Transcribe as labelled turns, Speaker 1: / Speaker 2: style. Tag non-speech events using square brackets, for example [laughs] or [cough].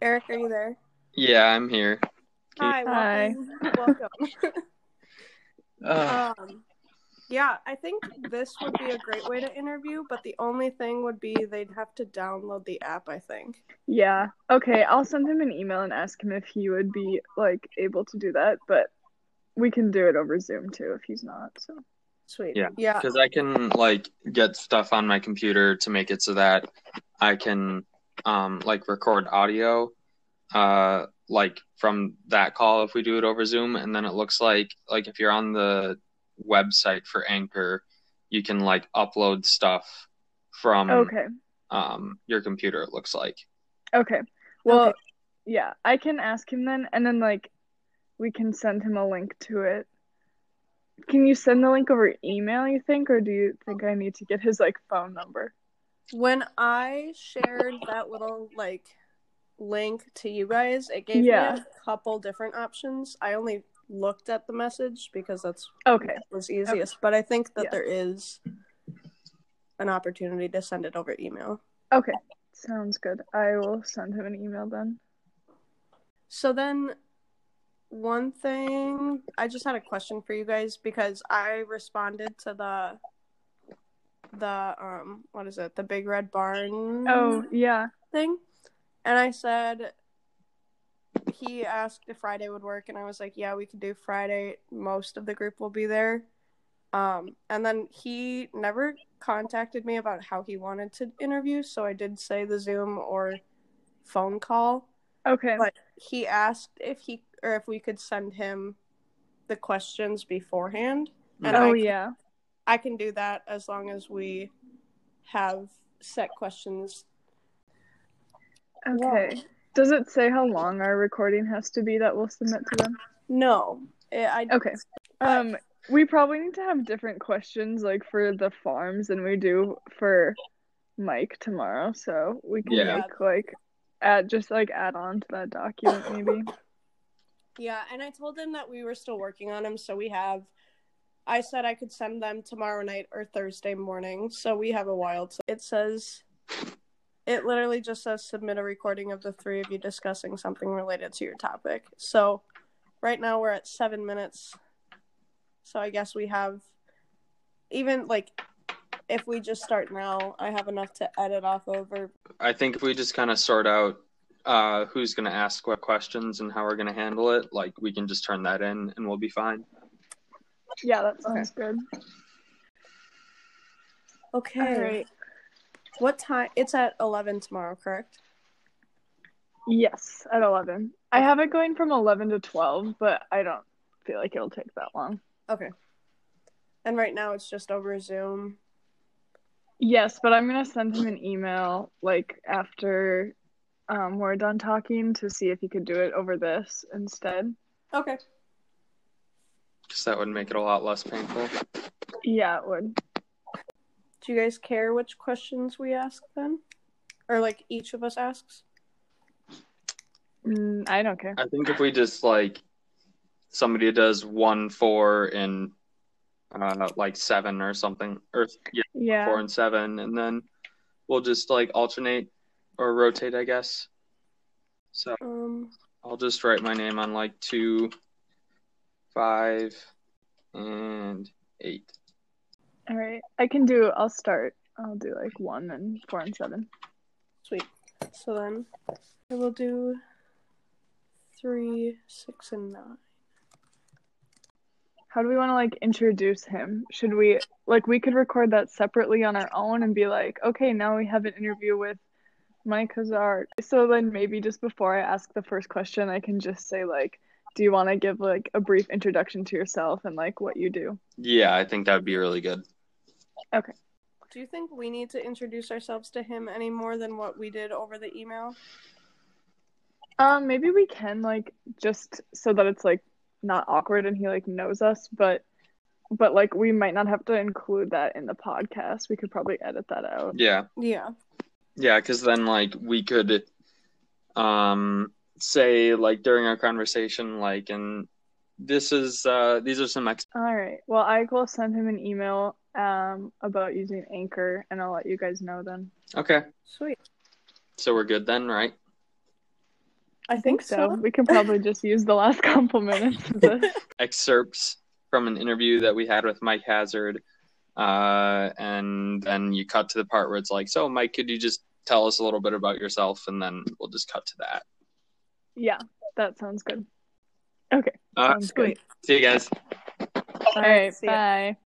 Speaker 1: Eric, are you there?
Speaker 2: Yeah, I'm here.
Speaker 1: Hi,
Speaker 3: Hi. Uh.
Speaker 1: welcome.
Speaker 3: [laughs]
Speaker 1: welcome.
Speaker 2: Ugh.
Speaker 3: Oh,
Speaker 1: um, yeah, I think this would be a great way to interview, but the only thing would be they'd have to download the app, I think.
Speaker 3: Yeah. Okay, I'll send him an email and ask him if he would be like able to do that, but we can do it over Zoom too if he's not. So
Speaker 1: Sweet.
Speaker 2: Yeah.
Speaker 1: Yeah.
Speaker 2: because I can like get stuff on my computer to make it so that I can um like record audio uh like from that call if we do it over Zoom and then it looks like like if you're on the website for Anchor you can like upload stuff from
Speaker 3: Okay.
Speaker 2: um your computer it looks like
Speaker 3: Okay. Well,
Speaker 1: Okay.
Speaker 3: yeah, I can ask him then and then like we can send him a link to it. Can you send the link over email, you think, or do you think I need to get his like phone number?
Speaker 1: When I shared that little like link to you guys, it gave
Speaker 3: Yeah.
Speaker 1: me a couple different options. I only looked at the message because that's
Speaker 3: Okay.
Speaker 1: was easiest, but I think that
Speaker 3: Yeah.
Speaker 1: there is an opportunity to send it over email.
Speaker 3: Okay. Sounds good. I will send him an email then.
Speaker 1: So then one thing I just had a question for you guys because I responded to the the um what is it? The big red barn
Speaker 3: Oh, yeah.
Speaker 1: thing. And I said he asked if Friday would work and I was like, "Yeah, we could do Friday. Most of the group will be there." Um and then he never contacted me about how he wanted to interview, so I did say the Zoom or phone call
Speaker 3: Okay.
Speaker 1: but he asked if he or if we could send him the questions beforehand and
Speaker 3: Oh,
Speaker 1: I,
Speaker 3: yeah.
Speaker 1: I can do that as long as we have set questions
Speaker 3: Okay. Does it say how long our recording has to be that we'll submit to them?
Speaker 1: no eh, i
Speaker 3: Okay. Um, we probably need to have different questions like for the farms than we do for Mike tomorrow, so we can
Speaker 2: Yeah.
Speaker 3: make like add just like add on to that document maybe.
Speaker 1: yeah and i told him that we were still working on him so we have i said i could send them tomorrow night or thursday morning so we have a while to, it says it literally just says submit a recording of the three of you discussing something related to your topic so right now we're at seven minutes so i guess we have even like if we just start now i have enough to edit off over
Speaker 2: I think if we just kind of sort out uh who's going to ask what questions and how we're going to handle it like we can just turn that in and we'll be fine
Speaker 3: Yeah, that sounds good.
Speaker 1: okay
Speaker 3: All right.
Speaker 1: what time it's at 11 tomorrow correct
Speaker 3: Yes, at eleven. I have it going from eleven to twelve, but I don't feel like it'll take that long.
Speaker 1: Okay. And right now it's just over Zoom.
Speaker 3: Yes, but I'm gonna send him an email like after um, we're done talking to see if he could do it over this instead.
Speaker 1: Okay.
Speaker 2: cuz that would make it a lot less painful.
Speaker 3: Yeah, it would.
Speaker 1: Do you guys care which questions we ask then? Or like each of us asks?
Speaker 3: Mm, I don't care.
Speaker 2: I think if we just like somebody does one four and uh, like seven or something, or yeah,
Speaker 3: Yeah.
Speaker 2: four and seven, and then we'll just like alternate or rotate, I guess. So
Speaker 1: Um
Speaker 2: I'll just write my name on like two, five, and eight.
Speaker 3: All right. I can do. I'll start. I'll do like one and four and seven.
Speaker 1: sweet. So then I will do three, six, and nine.
Speaker 3: How do we want to like introduce him? Should we like we could record that separately on our own and be like, okay, now we have an interview with Mike Hazard. So then maybe just before I ask the first question, I can just say like, do you want to give like a brief introduction to yourself and like what you do?
Speaker 2: Yeah, I think that'd be really good.
Speaker 1: Do you think we need to introduce ourselves to him any more than what we did over the email?
Speaker 3: Um, maybe we can like just so that it's like not awkward and he like knows us, but but like we might not have to include that in the podcast. We could probably edit that out.
Speaker 2: Yeah.
Speaker 1: Yeah.
Speaker 2: Yeah, because then like we could um say like during our conversation, like and this is uh these are some ex-
Speaker 3: All right. Well, I will send him an email um about using Anchor and I'll let you guys know then.
Speaker 2: Okay.
Speaker 1: Sweet.
Speaker 2: So we're good then, right?
Speaker 1: I think so.
Speaker 3: We can probably
Speaker 1: [laughs]
Speaker 3: just use the last couple minutes of this.
Speaker 2: excerpts from an interview that we had with Mike Hazard. Uh, and then you cut to the part where it's like, so Mike, could you just tell us a little bit about yourself? And then we'll just cut to that.
Speaker 3: yeah, that sounds good. Okay,
Speaker 2: Uh,
Speaker 3: sounds good.
Speaker 2: See you guys.
Speaker 3: All right,
Speaker 1: See ya.
Speaker 3: bye.